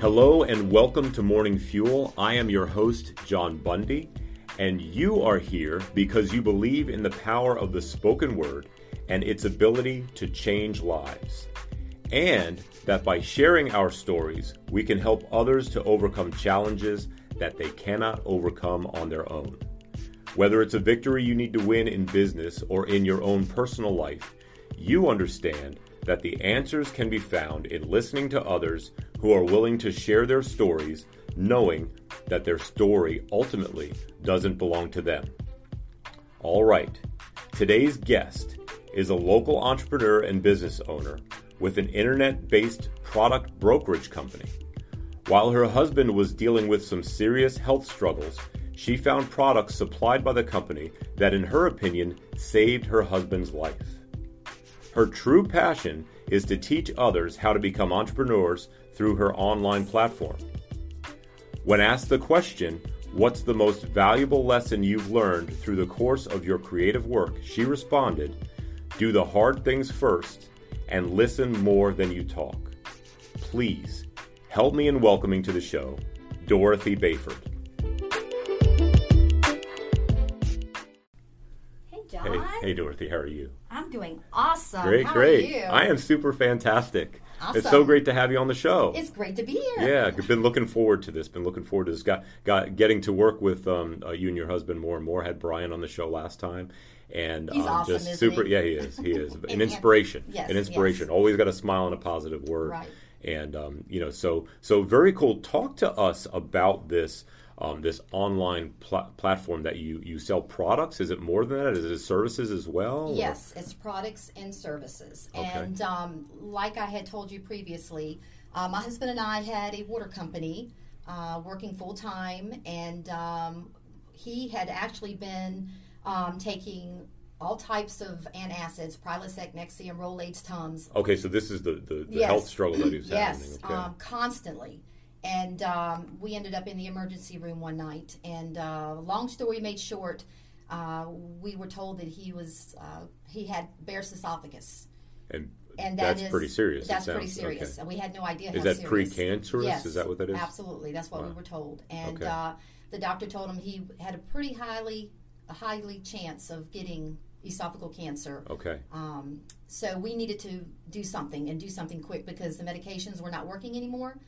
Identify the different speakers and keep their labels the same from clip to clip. Speaker 1: Hello and welcome to Morning Fuel. I am your host, John Bundy, and you are here because you believe in the power of the spoken word and its ability to change lives. And that by sharing our stories, we can help others to overcome challenges that they cannot overcome on their own. Whether it's a victory you need to win in business or in your own personal life, you understand that the answers can be found in listening to others who are willing to share their stories, knowing that their story ultimately doesn't belong to them. All right, today's guest is a local entrepreneur and business owner with an internet based product brokerage company. While her husband was dealing with some serious health struggles, she found products supplied by the company that, in her opinion, saved her husband's life. Her true passion is to teach others how to become entrepreneurs through her online platform. When asked the question, What's the most valuable lesson you've learned through the course of your creative work? she responded, Do the hard things first and listen more than you talk. Please help me in welcoming to the show Dorothy Bayford.
Speaker 2: Hey, John.
Speaker 1: Hey, hey Dorothy, how are you?
Speaker 2: I'm doing awesome.
Speaker 1: Great,
Speaker 2: How
Speaker 1: great.
Speaker 2: Are you?
Speaker 1: I am super fantastic. It's so
Speaker 2: Awesome.
Speaker 1: great to have you on the show.
Speaker 2: It's great to be here.
Speaker 1: yeah, I've been looking forward to this. Been looking forward to this. Got, got getting to work with um, uh, you and your husband more and more. Had Brian on the show last time, and
Speaker 2: He's
Speaker 1: um,
Speaker 2: awesome,
Speaker 1: just
Speaker 2: isn't
Speaker 1: super.
Speaker 2: he?
Speaker 1: Yeah, he is. He is an
Speaker 2: And-
Speaker 1: inspiration.
Speaker 2: yes,
Speaker 1: an inspiration.
Speaker 2: yes.
Speaker 1: Always got a smile and a positive word.
Speaker 2: Right.
Speaker 1: And um, you know, so so very cool. Talk to us about this. Um, this online pla- platform that you you sell products is it more than that is it services as well or-
Speaker 2: Yes, it's products and services.
Speaker 1: Okay.
Speaker 2: And um, like I had told you previously, uh, my husband and I had a water company uh, working full time, and um, he had actually been um, taking all types of antacids, Prilosec, Nexium, Rolaids, Tums,
Speaker 1: Okay, so this is the, the, the
Speaker 2: Yes.
Speaker 1: health struggle that he's
Speaker 2: Yes,
Speaker 1: having. Okay.
Speaker 2: um, constantly. And um, we ended up in the emergency room one night. And uh, long story made short, uh, we were told that he was uh, he had Barrett's esophagus,
Speaker 1: and
Speaker 2: and that
Speaker 1: that's
Speaker 2: is-
Speaker 1: pretty serious. it
Speaker 2: That's pretty
Speaker 1: sounds. Okay.
Speaker 2: serious, and we had no idea.
Speaker 1: Is
Speaker 2: how
Speaker 1: that
Speaker 2: serious.
Speaker 1: precancerous?
Speaker 2: Yes,
Speaker 1: Is that what that is?
Speaker 2: Absolutely, that's what we
Speaker 1: Wow.
Speaker 2: were told. And
Speaker 1: Okay.
Speaker 2: uh, the doctor told him he had a pretty highly a highly chance of getting esophageal cancer.
Speaker 1: Okay.
Speaker 2: Um, so we needed to do something and do something quick because the medications were not working anymore.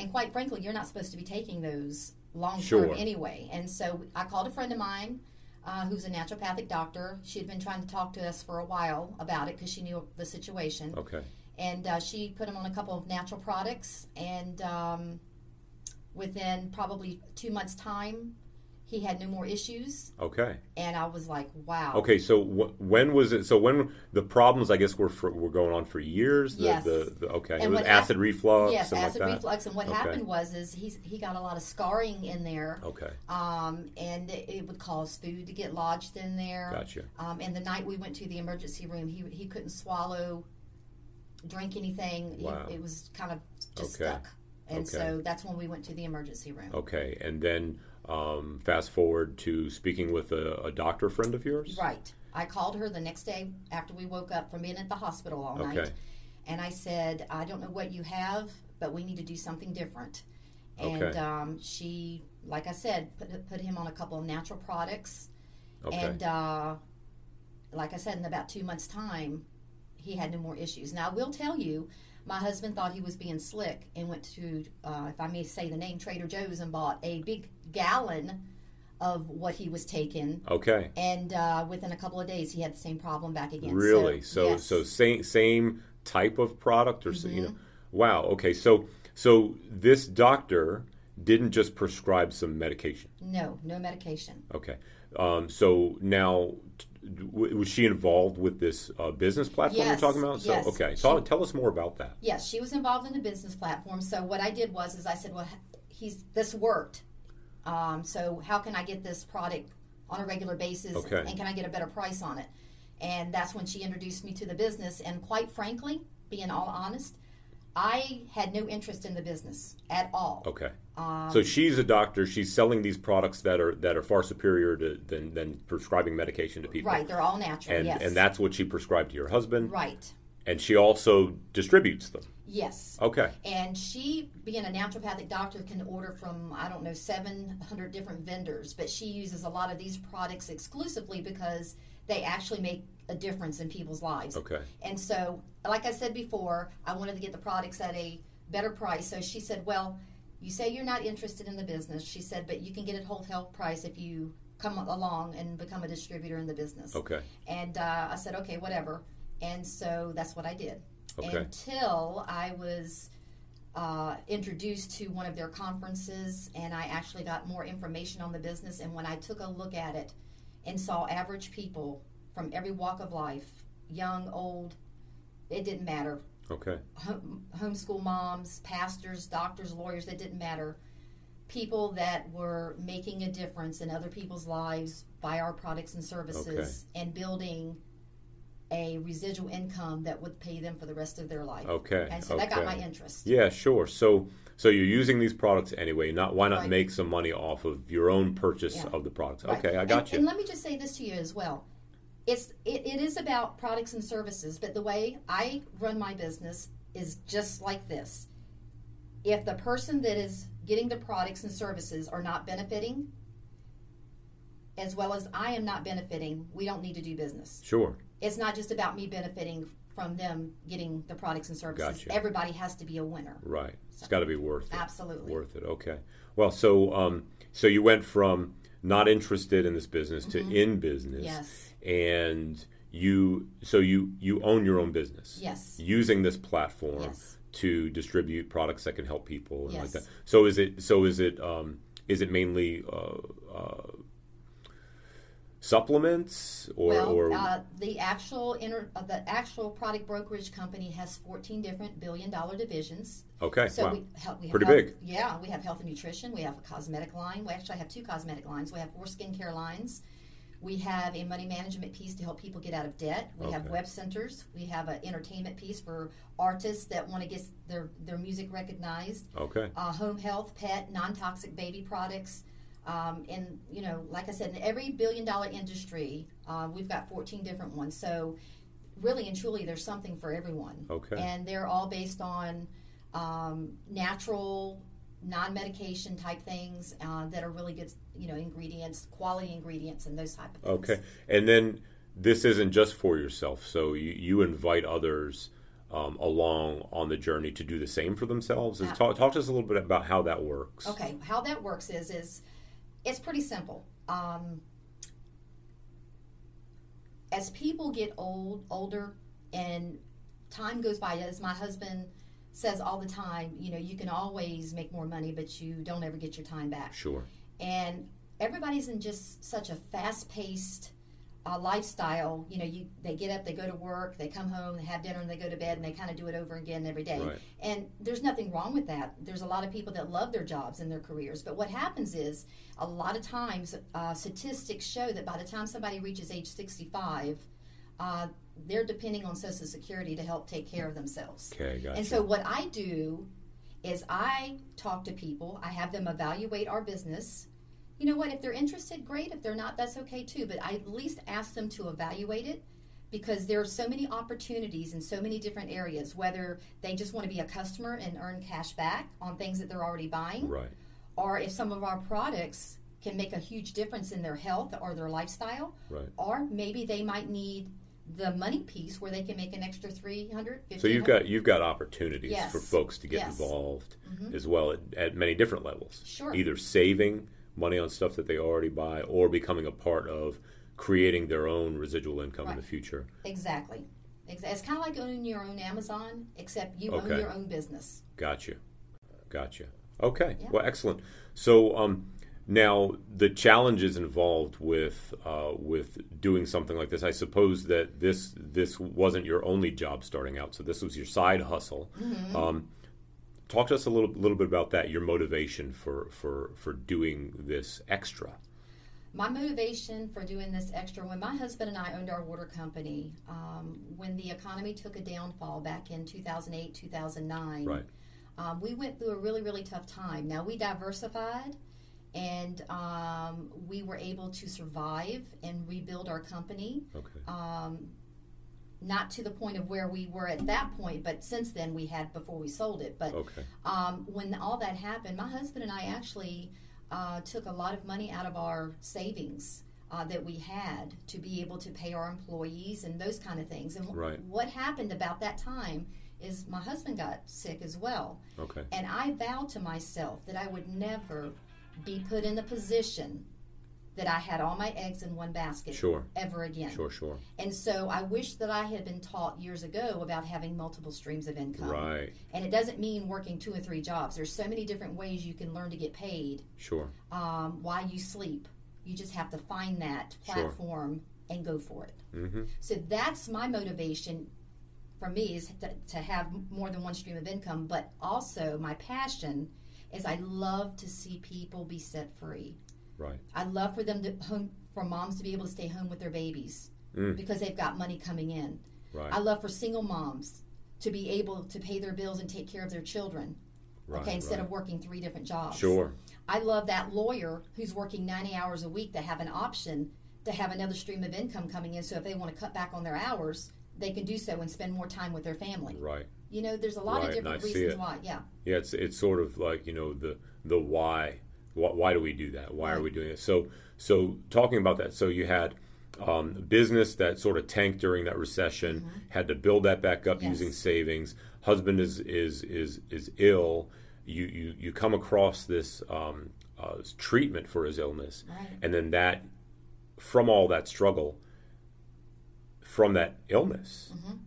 Speaker 2: And quite frankly, you're not supposed to be taking those long term
Speaker 1: Sure.
Speaker 2: anyway. And so I called a friend of mine uh, who's a naturopathic doctor. She had been trying to talk to us for a while about it because she knew the situation.
Speaker 1: Okay.
Speaker 2: And uh, she put him on a couple of natural products. And um, within probably two months' time, he had no more issues.
Speaker 1: Okay.
Speaker 2: And I was like, wow.
Speaker 1: Okay. So wh- when was it? So when the problems, I guess, were for, were going on for years. The,
Speaker 2: Yes.
Speaker 1: The, the, okay. it
Speaker 2: And
Speaker 1: was
Speaker 2: what
Speaker 1: acid reflux.
Speaker 2: Yes,
Speaker 1: and
Speaker 2: acid
Speaker 1: like that.
Speaker 2: reflux. And what
Speaker 1: Okay.
Speaker 2: happened was is he he got a lot of scarring in there,
Speaker 1: Okay.
Speaker 2: um, and it, it would cause food to get lodged in there.
Speaker 1: Gotcha.
Speaker 2: Um, and the night we went to the emergency room, he he couldn't swallow, drink anything. He-
Speaker 1: Wow.
Speaker 2: it was kind of just
Speaker 1: Okay.
Speaker 2: stuck. And
Speaker 1: Okay. Oh.
Speaker 2: so that's when we went to the emergency room.
Speaker 1: Okay. And then um, fast forward to speaking with a, a doctor friend of yours.
Speaker 2: Right. I called her the next day after we woke up from being at the hospital all
Speaker 1: Okay.
Speaker 2: night. And I said, I don't know what you have, but we need to do something different. And
Speaker 1: Okay.
Speaker 2: um, she, like I said, put, put him on a couple of natural products.
Speaker 1: Okay.
Speaker 2: And uh, like I said, in about two months' time, he had no more issues. Now, I will tell you, my husband thought he was being slick and went to, uh, if I may say the name, Trader Joe's and bought a big gallon of what he was taking
Speaker 1: okay.
Speaker 2: and uh, within a couple of days he had the same problem back again.
Speaker 1: Really? So so,
Speaker 2: yes. Mm-hmm.
Speaker 1: same same type of product or so you know. Wow. Okay. So so this doctor didn't just prescribe some medication.
Speaker 2: no, no medication.
Speaker 1: Okay. Um, so now t- w- was she involved with this uh, business platform
Speaker 2: Yes,
Speaker 1: you're talking about? So
Speaker 2: yes.
Speaker 1: okay. So tell us more about that.
Speaker 2: Yes, she was involved in the business platform. So what I did was, is I said, well, he's this worked. Um, so how can I get this product on a regular basis,
Speaker 1: Okay.
Speaker 2: and can I get a better price on it? And that's when she introduced me to the business. And quite frankly, being all honest, I had no interest in the business at all.
Speaker 1: Okay.
Speaker 2: Um,
Speaker 1: so she's a doctor. She's selling these products that are that are far superior to than, than prescribing medication to people.
Speaker 2: Right? They're all natural.
Speaker 1: And
Speaker 2: yes.
Speaker 1: and that's what she prescribed to your husband.
Speaker 2: right.
Speaker 1: And she also distributes them.
Speaker 2: Yes.
Speaker 1: Okay.
Speaker 2: And she, being a naturopathic doctor, can order from, I don't know, 700 different vendors, but she uses a lot of these products exclusively because they actually make a difference in people's lives.
Speaker 1: Okay.
Speaker 2: And so, like I said before, I wanted to get the products at a better price. So she said, Well, you say you're not interested in the business. She said, But you can get it whole health price if you come along and become a distributor in the business.
Speaker 1: Okay.
Speaker 2: And uh, I said, Okay, whatever. And so that's what I did
Speaker 1: Okay.
Speaker 2: until I was uh, introduced to one of their conferences and I actually got more information on the business. And when I took a look at it and saw average people from every walk of life, young, old, it didn't matter.
Speaker 1: Okay.
Speaker 2: Home, homeschool moms, pastors, doctors, lawyers, it didn't matter. People that were making a difference in other people's lives by our products and services and building a residual income that would pay them for the rest of their life.
Speaker 1: Okay.
Speaker 2: And so
Speaker 1: okay.
Speaker 2: that got my interest.
Speaker 1: Yeah, sure. So so you're using these products anyway. Not why not
Speaker 2: Right.
Speaker 1: make some money off of your own purchase
Speaker 2: Yeah.
Speaker 1: of the products?
Speaker 2: Right.
Speaker 1: Okay, I got
Speaker 2: and,
Speaker 1: you.
Speaker 2: And let me just say this to you as well. It's it, it is about products and services, but the way I run my business is just like this. If the person that is getting the products and services are not benefiting, as well as I am not benefiting, we don't need to do business.
Speaker 1: Sure.
Speaker 2: It's not just about me benefiting from them getting the products and services.
Speaker 1: Gotcha.
Speaker 2: Everybody has to be a winner.
Speaker 1: Right. It's got to be worth it.
Speaker 2: Absolutely.
Speaker 1: Worth it. Okay. Well, so um, so you went from not interested in this business to in business.
Speaker 2: Mm-hmm. Yes.
Speaker 1: And you so you you own your own business.
Speaker 2: Yes.
Speaker 1: Using this platform
Speaker 2: Yes.
Speaker 1: to distribute products that can help people and like
Speaker 2: Yes.
Speaker 1: that. So is it so is it um, is it mainly uh, uh, supplements or
Speaker 2: well,
Speaker 1: or
Speaker 2: uh, the actual inter- uh, the actual product brokerage company has 14 different billion dollar divisions.
Speaker 1: okay
Speaker 2: So
Speaker 1: wow.
Speaker 2: we, help, we have
Speaker 1: Pretty
Speaker 2: health,
Speaker 1: big.
Speaker 2: Yeah, we have health and nutrition. We have a cosmetic line. We actually have two cosmetic lines. We have four skincare lines. We have a money management piece to help people get out of debt. We have
Speaker 1: Okay.
Speaker 2: web centers. We have an entertainment piece for artists that want to get their, their music recognized
Speaker 1: okay
Speaker 2: uh, home health, pet, non-toxic baby products. Um, and you know, like I said, in every billion-dollar industry, uh, we've got 14 different ones. So, really and truly, there's something for everyone.
Speaker 1: Okay.
Speaker 2: And they're all based on um, natural, non-medication type things uh, that are really good, you know, ingredients, quality ingredients, and those type of things.
Speaker 1: okay and then this isn't just for yourself so you, you invite others um, along on the journey to do the same for themselves and
Speaker 2: Uh,
Speaker 1: talk, talk to us a little bit about how that works
Speaker 2: Okay, how that works is is it's pretty simple. Um, as people get old, older, and time goes by, as my husband says all the time, you know, you can always make more money, but you don't ever get your time back
Speaker 1: sure
Speaker 2: and everybody's in just such a fast-paced uh, lifestyle. You know, you they get up, they go to work, they come home, they have dinner, and they go to bed, and they kind of do it over again every day.
Speaker 1: Right.
Speaker 2: And there's nothing wrong with that. There's a lot of people that love their jobs and their careers, but what happens is a lot of times uh, statistics show that by the time somebody reaches age 65, uh, they're depending on Social Security to help take care of themselves.
Speaker 1: okay gotcha
Speaker 2: And so what I do is I talk to people, I have them evaluate our business. You know what, if they're interested, great. If they're not, that's okay too. But I at least ask them to evaluate it because there are so many opportunities in so many different areas, whether they just want to be a customer and earn cash back on things that they're already buying,
Speaker 1: right
Speaker 2: or if some of our products can make a huge difference in their health or their lifestyle,
Speaker 1: right
Speaker 2: or maybe they might need the money piece where they can make an extra 300
Speaker 1: so you've got you've got opportunities
Speaker 2: Yes.
Speaker 1: for folks to get
Speaker 2: Yes. Mm-hmm.
Speaker 1: involved as well at, at many different levels
Speaker 2: Sure.
Speaker 1: either saving money on stuff that they already buy or becoming a part of creating their own residual income in
Speaker 2: Right.
Speaker 1: the future
Speaker 2: Exactly. Ex- It's kind of like owning your own Amazon, except you
Speaker 1: Okay.
Speaker 2: own your own business.
Speaker 1: Gotcha. Gotcha. Okay.
Speaker 2: Yeah.
Speaker 1: Well, excellent. So um, now the challenges involved with uh, with doing something like this. I suppose that this this wasn't your only job starting out. So this was your side hustle.
Speaker 2: Mm-hmm.
Speaker 1: Um, talk to us a little little bit about that. Your motivation for for for doing this extra.
Speaker 2: My motivation for doing this extra when my husband and I owned our water company, um, when the economy took a downfall back in 2008, 2009,
Speaker 1: Right.
Speaker 2: um, we went through a really, really tough time. Now we diversified and um, Oh. we were able to survive and rebuild our company.
Speaker 1: Okay.
Speaker 2: Um, not to the point of where we were at that point, but since then we had before we sold it. But
Speaker 1: Okay.
Speaker 2: um, when all that happened, my husband and I actually uh, took a lot of money out of our savings uh, that we had to be able to pay our employees and those kind of things. And wh-
Speaker 1: Right.
Speaker 2: what happened about that time is my husband got sick as well.
Speaker 1: Okay.
Speaker 2: And I vowed to myself that I would never be put in the position that I had all my eggs in one basket
Speaker 1: Sure.
Speaker 2: ever again.
Speaker 1: Sure, sure.
Speaker 2: And so I wish that I had been taught years ago about having multiple streams of income.
Speaker 1: Right.
Speaker 2: And it doesn't mean working two or three jobs. There's so many different ways you can learn to get paid
Speaker 1: Sure.
Speaker 2: um, while you sleep. You just have to find that
Speaker 1: Sure.
Speaker 2: platform and go for it.
Speaker 1: Mm-hmm.
Speaker 2: So that's my motivation for me is to, to have more than one stream of income, but also my passion is I love to see people be set free.
Speaker 1: Right.
Speaker 2: I love for them to home for moms to be able to stay home with their babies
Speaker 1: Mm.
Speaker 2: because they've got money coming in.
Speaker 1: Right.
Speaker 2: I love for single moms to be able to pay their bills and take care of their children.
Speaker 1: right.
Speaker 2: okay, instead
Speaker 1: right.
Speaker 2: of working three different jobs.
Speaker 1: Sure.
Speaker 2: I love that lawyer who's working 90 hours a week to have an option to have another stream of income coming in. So if they want to cut back on their hours, they can do so and spend more time with their family.
Speaker 1: Right.
Speaker 2: You know, there's a lot
Speaker 1: Right,
Speaker 2: of
Speaker 1: and I
Speaker 2: different
Speaker 1: see
Speaker 2: reasons
Speaker 1: it.
Speaker 2: why. Yeah.
Speaker 1: Yeah, it's it's sort of like you know the the why. Why, why do we do that? Why are
Speaker 2: Right.
Speaker 1: we doing it? So so talking about that. So you had um, business that sort of tanked during that recession, had to build that back up
Speaker 2: Mm-hmm. Yes.
Speaker 1: using savings. Husband is is is is ill. You you you come across this um, uh, treatment for his illness,
Speaker 2: Right.
Speaker 1: and then that from all that struggle, from that illness,
Speaker 2: Mm-hmm.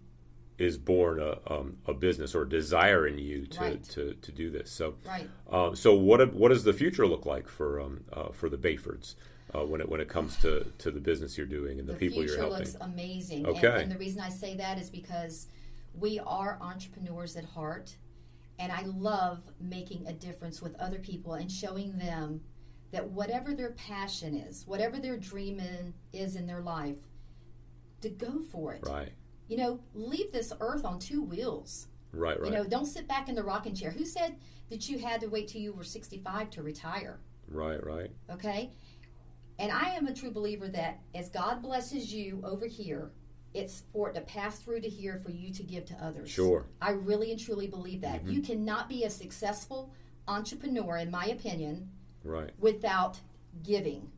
Speaker 1: is born a, um, a business or a desire in you to,
Speaker 2: Right.
Speaker 1: to, to do this. So,
Speaker 2: Right.
Speaker 1: uh, so what what does the future look like for um, uh, for the Bayfords uh, when it when it comes to, to the business you're doing and the,
Speaker 2: the
Speaker 1: people
Speaker 2: future
Speaker 1: you're helping?
Speaker 2: looks amazing. And-
Speaker 1: Okay.
Speaker 2: And, the reason I say that is because we are entrepreneurs at heart, and I love making a difference with other people and showing them that whatever their passion is, whatever their dream in, is in their life, to go for it.
Speaker 1: Right,
Speaker 2: You know, leave this earth on two wheels.
Speaker 1: right, right,
Speaker 2: You know, don't sit back in the rocking chair. Who said that you had to wait till you were 65 to retire?
Speaker 1: right, right.
Speaker 2: okay? And I am a true believer that as God blesses you over here, it's for it to pass through to here for you to give to others.
Speaker 1: Sure. Mm-hmm.
Speaker 2: I really and truly believe that. You cannot be a successful entrepreneur, in my opinion,
Speaker 1: Right,
Speaker 2: without giving.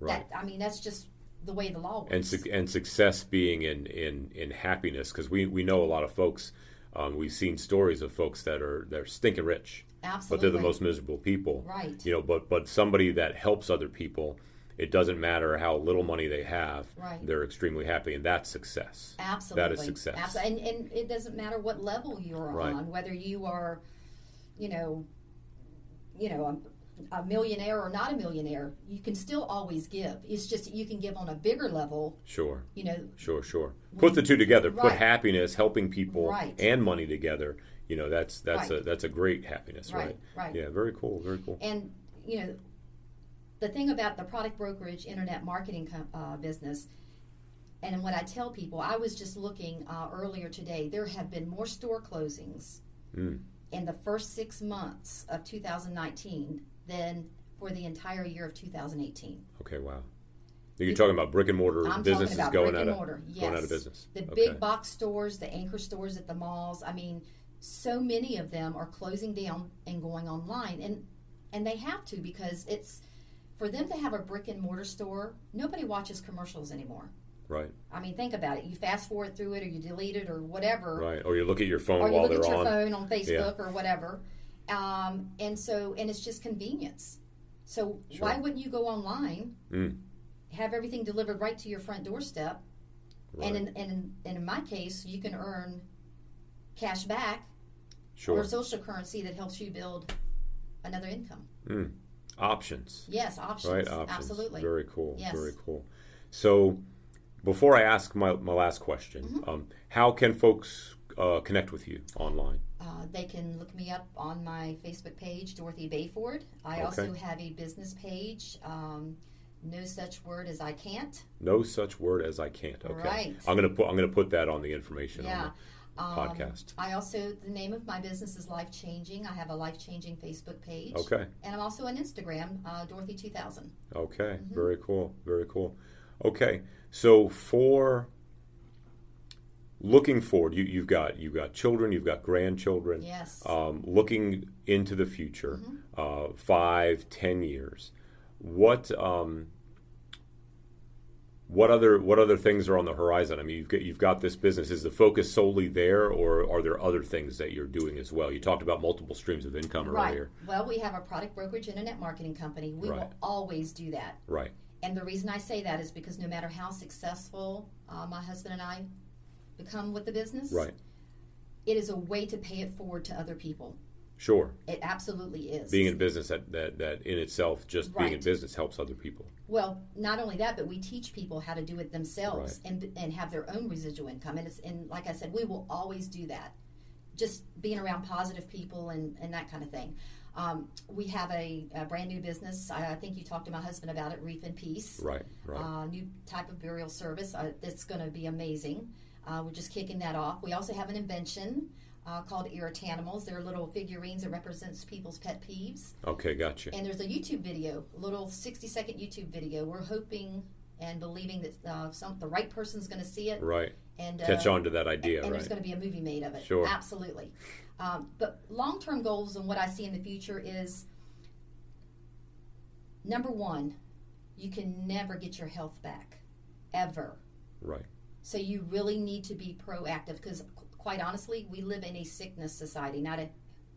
Speaker 1: right.
Speaker 2: That I mean, that's just the way the law works.
Speaker 1: and suc and success being in in in happiness because we we know a lot of folks. Um, we've seen stories of folks that are they're stinking rich, but
Speaker 2: Absolutely.
Speaker 1: they're the most miserable people.
Speaker 2: Right.
Speaker 1: You know, but but somebody that helps other people, it doesn't matter how little money they have.
Speaker 2: Right.
Speaker 1: They're extremely happy, and that's success.
Speaker 2: Absolutely.
Speaker 1: success.
Speaker 2: Abso- And, and it doesn't matter what level you're
Speaker 1: Right.
Speaker 2: on, whether you are, you know, you know, a, a millionaire or not a millionaire, you can still always give. It's just that you can give on a bigger level,
Speaker 1: Sure.
Speaker 2: you know,
Speaker 1: Sure. Sure. Put the two together. Put
Speaker 2: Right.
Speaker 1: happiness, helping people,
Speaker 2: Right.
Speaker 1: and money together. You know, that's that's a
Speaker 2: Right.
Speaker 1: that's a great happiness, right?
Speaker 2: Right, right.
Speaker 1: Yeah. Very cool. Very cool.
Speaker 2: and you know the thing about the product brokerage internet marketing com- uh, business and what i tell people i was just looking uh, earlier today there have been more store closings
Speaker 1: Mm.
Speaker 2: in the first six months of 2019 than for the entire year of 2018
Speaker 1: Okay. Wow. You're talking about brick and mortar
Speaker 2: I'm
Speaker 1: businesses
Speaker 2: talking about
Speaker 1: going
Speaker 2: brick
Speaker 1: out
Speaker 2: and
Speaker 1: of
Speaker 2: mortar.
Speaker 1: going out
Speaker 2: Yes.
Speaker 1: of business.
Speaker 2: the
Speaker 1: okay.
Speaker 2: big box stores the anchor stores at the malls i mean so many of them are closing down and going online and and they have to because it's for them to have a brick and mortar store nobody watches commercials anymore
Speaker 1: Right.
Speaker 2: i mean think about it you fast forward through it or you delete it or whatever
Speaker 1: Right. Or you look at your phone
Speaker 2: or you
Speaker 1: while
Speaker 2: look
Speaker 1: they're
Speaker 2: at
Speaker 1: on.
Speaker 2: your phone on facebook or whatever um, and so and it's just convenience so why
Speaker 1: Sure.
Speaker 2: wouldn't you go online
Speaker 1: Mm.
Speaker 2: have everything delivered right to your front doorstep
Speaker 1: Right.
Speaker 2: and in, and, in, and in my case, you can earn cash back
Speaker 1: sure.
Speaker 2: or social currency that helps you build another income.
Speaker 1: Mm. Options.
Speaker 2: Yes, options.
Speaker 1: Right, options.
Speaker 2: Absolutely.
Speaker 1: Very cool.
Speaker 2: Yes.
Speaker 1: Very cool. So, before I ask my, my last question,
Speaker 2: Mm-hmm.
Speaker 1: um, how can folks uh, connect with you online?
Speaker 2: Uh, they can look me up on my Facebook page, Dorothy Bayford. I
Speaker 1: Okay.
Speaker 2: also have a business page, um, No Such Word as I Can't.
Speaker 1: No such word as I can't. Okay,
Speaker 2: Right.
Speaker 1: I'm gonna put I'm gonna put that on the information
Speaker 2: Yeah. um,
Speaker 1: on the podcast.
Speaker 2: I also, the name of my business is Life Changing. I have a Life Changing Facebook page.
Speaker 1: Okay.
Speaker 2: And I'm also on Instagram, uh, Dorothy2000.
Speaker 1: Okay,
Speaker 2: mm-hmm.
Speaker 1: very cool, very cool. Okay, so for looking forward, you, you've got you've got children, you've got grandchildren.
Speaker 2: Yes.
Speaker 1: Um, looking into the future,
Speaker 2: Mm-hmm.
Speaker 1: uh, five, ten years, what um, what other what other things are on the horizon? I mean, you've got, you've got this business. Is the focus solely there, or are there other things that you're doing as well? You talked about multiple streams of income
Speaker 2: Right.
Speaker 1: earlier,
Speaker 2: Well, we have our product brokerage internet marketing company. We
Speaker 1: Right.
Speaker 2: will always do that.
Speaker 1: right?
Speaker 2: And the reason I say that is because no matter how successful uh, my husband and I become with the business,
Speaker 1: Right.
Speaker 2: it is a way to pay it forward to other people.
Speaker 1: Sure.
Speaker 2: It absolutely is.
Speaker 1: Being in business that that, that in itself, just being in
Speaker 2: Right.
Speaker 1: business helps other people.
Speaker 2: well, not only that, but we teach people how to do it themselves and and have their own residual income. And it's and like I said, we will always do that. Just being around positive people and, and that kind of thing. Um, we have a, a brand new business. I, I think you talked to my husband about it, Reef and Peace.
Speaker 1: Right. Right.
Speaker 2: uh, new type of burial service uh, that's going to be amazing. Uh, we're just kicking that off. We also have an invention uh, called Irritanimals. They're little figurines that represents people's pet peeves.
Speaker 1: okay. Gotcha.
Speaker 2: And there's a YouTube video, a little 60 second YouTube video. We're hoping and believing that uh, some the right person's going to see it
Speaker 1: Right.
Speaker 2: and uh,
Speaker 1: Catch on to that idea.
Speaker 2: and
Speaker 1: right.
Speaker 2: there's going to be a movie made of it.
Speaker 1: Sure.
Speaker 2: Absolutely. Um, but long term goals and what I see in the future is number one, you can never get your health back, ever.
Speaker 1: Right.
Speaker 2: So you really need to be proactive because, quite honestly, we live in a sickness society, not a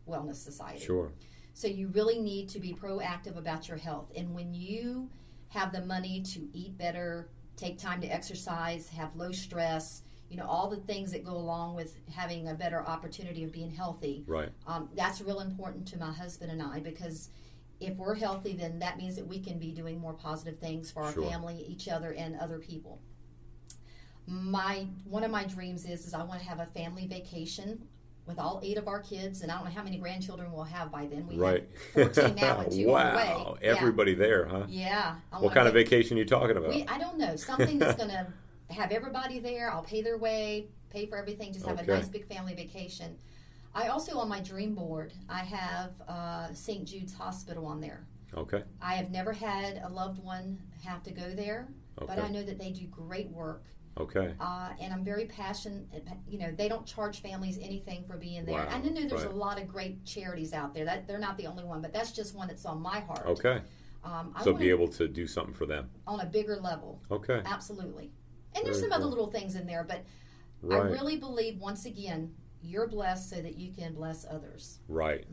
Speaker 2: wellness society.
Speaker 1: Sure.
Speaker 2: So you really need to be proactive about your health. And when you have the money to eat better, take time to exercise, have low stress, you know, all the things that go along with having a better opportunity of being healthy,
Speaker 1: Right.
Speaker 2: um, that's real important to my husband and I because if we're healthy, then that means that we can be doing more positive things for our
Speaker 1: Sure.
Speaker 2: family, each other, and other people. My one of my dreams is is I want to have a family vacation with all eight of our kids, and I don't know how many grandchildren we'll have by then. We
Speaker 1: Right.
Speaker 2: have 14 now and two on the way.
Speaker 1: wow. Everybody there, huh?
Speaker 2: yeah. yeah. I
Speaker 1: What
Speaker 2: wanna
Speaker 1: kind of
Speaker 2: get-
Speaker 1: vacation are you talking about?
Speaker 2: we, I don't know. Something that's going to have everybody there. I'll pay their way, pay for everything, just have
Speaker 1: Okay.
Speaker 2: a nice big family vacation. I also, on my dream board, I have uh, St. Jude's Hospital on there.
Speaker 1: okay.
Speaker 2: I have never had a loved one have to go there, but
Speaker 1: Okay.
Speaker 2: I know that they do great work.
Speaker 1: Okay.
Speaker 2: Uh, and I'm very passionate. You know, they don't charge families anything for being there.
Speaker 1: Wow,
Speaker 2: And I know there's
Speaker 1: right.
Speaker 2: a lot of great charities out there. That they're not the only one, but that's just one that's on my heart.
Speaker 1: Okay.
Speaker 2: Um, I
Speaker 1: So
Speaker 2: want
Speaker 1: be able to do something for them.
Speaker 2: on a bigger level.
Speaker 1: Okay.
Speaker 2: Absolutely. And there's
Speaker 1: Very
Speaker 2: some other
Speaker 1: cool.
Speaker 2: little things in there, but I
Speaker 1: Right.
Speaker 2: really believe once again, you're blessed so that you can bless others.
Speaker 1: right.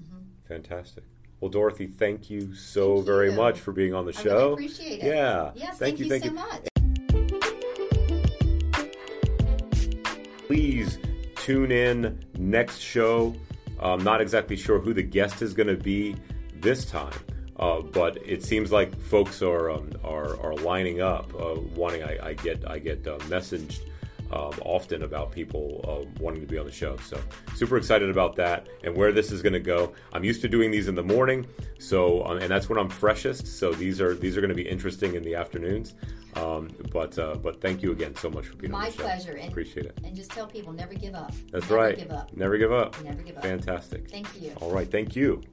Speaker 1: Fantastic. Well, Dorothy, thank you so
Speaker 2: Mm-hmm. Thank
Speaker 1: very
Speaker 2: you.
Speaker 1: much for being on the
Speaker 2: I
Speaker 1: show.
Speaker 2: really appreciate it.
Speaker 1: Yeah.
Speaker 2: Yes,
Speaker 1: Thank
Speaker 2: thank,
Speaker 1: you,
Speaker 2: you,
Speaker 1: thank
Speaker 2: so
Speaker 1: you.
Speaker 2: much.
Speaker 1: please tune in next show. I'm not exactly sure who the guest is going to be this time, uh, but it seems like folks are um, are, are lining up, uh, wanting. I, I get I get uh, messaged um, often about people uh, wanting to be on the show. So super excited about that and where this is going to go. I'm used to doing these in the morning, so um, and that's when I'm freshest. So these are these are going to be interesting in the afternoons. Um, but uh, but thank you again so much for being on
Speaker 2: My
Speaker 1: the show.
Speaker 2: pleasure, and-
Speaker 1: Appreciate it.
Speaker 2: And just tell people never give up.
Speaker 1: That's
Speaker 2: never
Speaker 1: right.
Speaker 2: Give up.
Speaker 1: Never give up.
Speaker 2: Never give up.
Speaker 1: Fantastic.
Speaker 2: Thank you.
Speaker 1: All right. Thank you.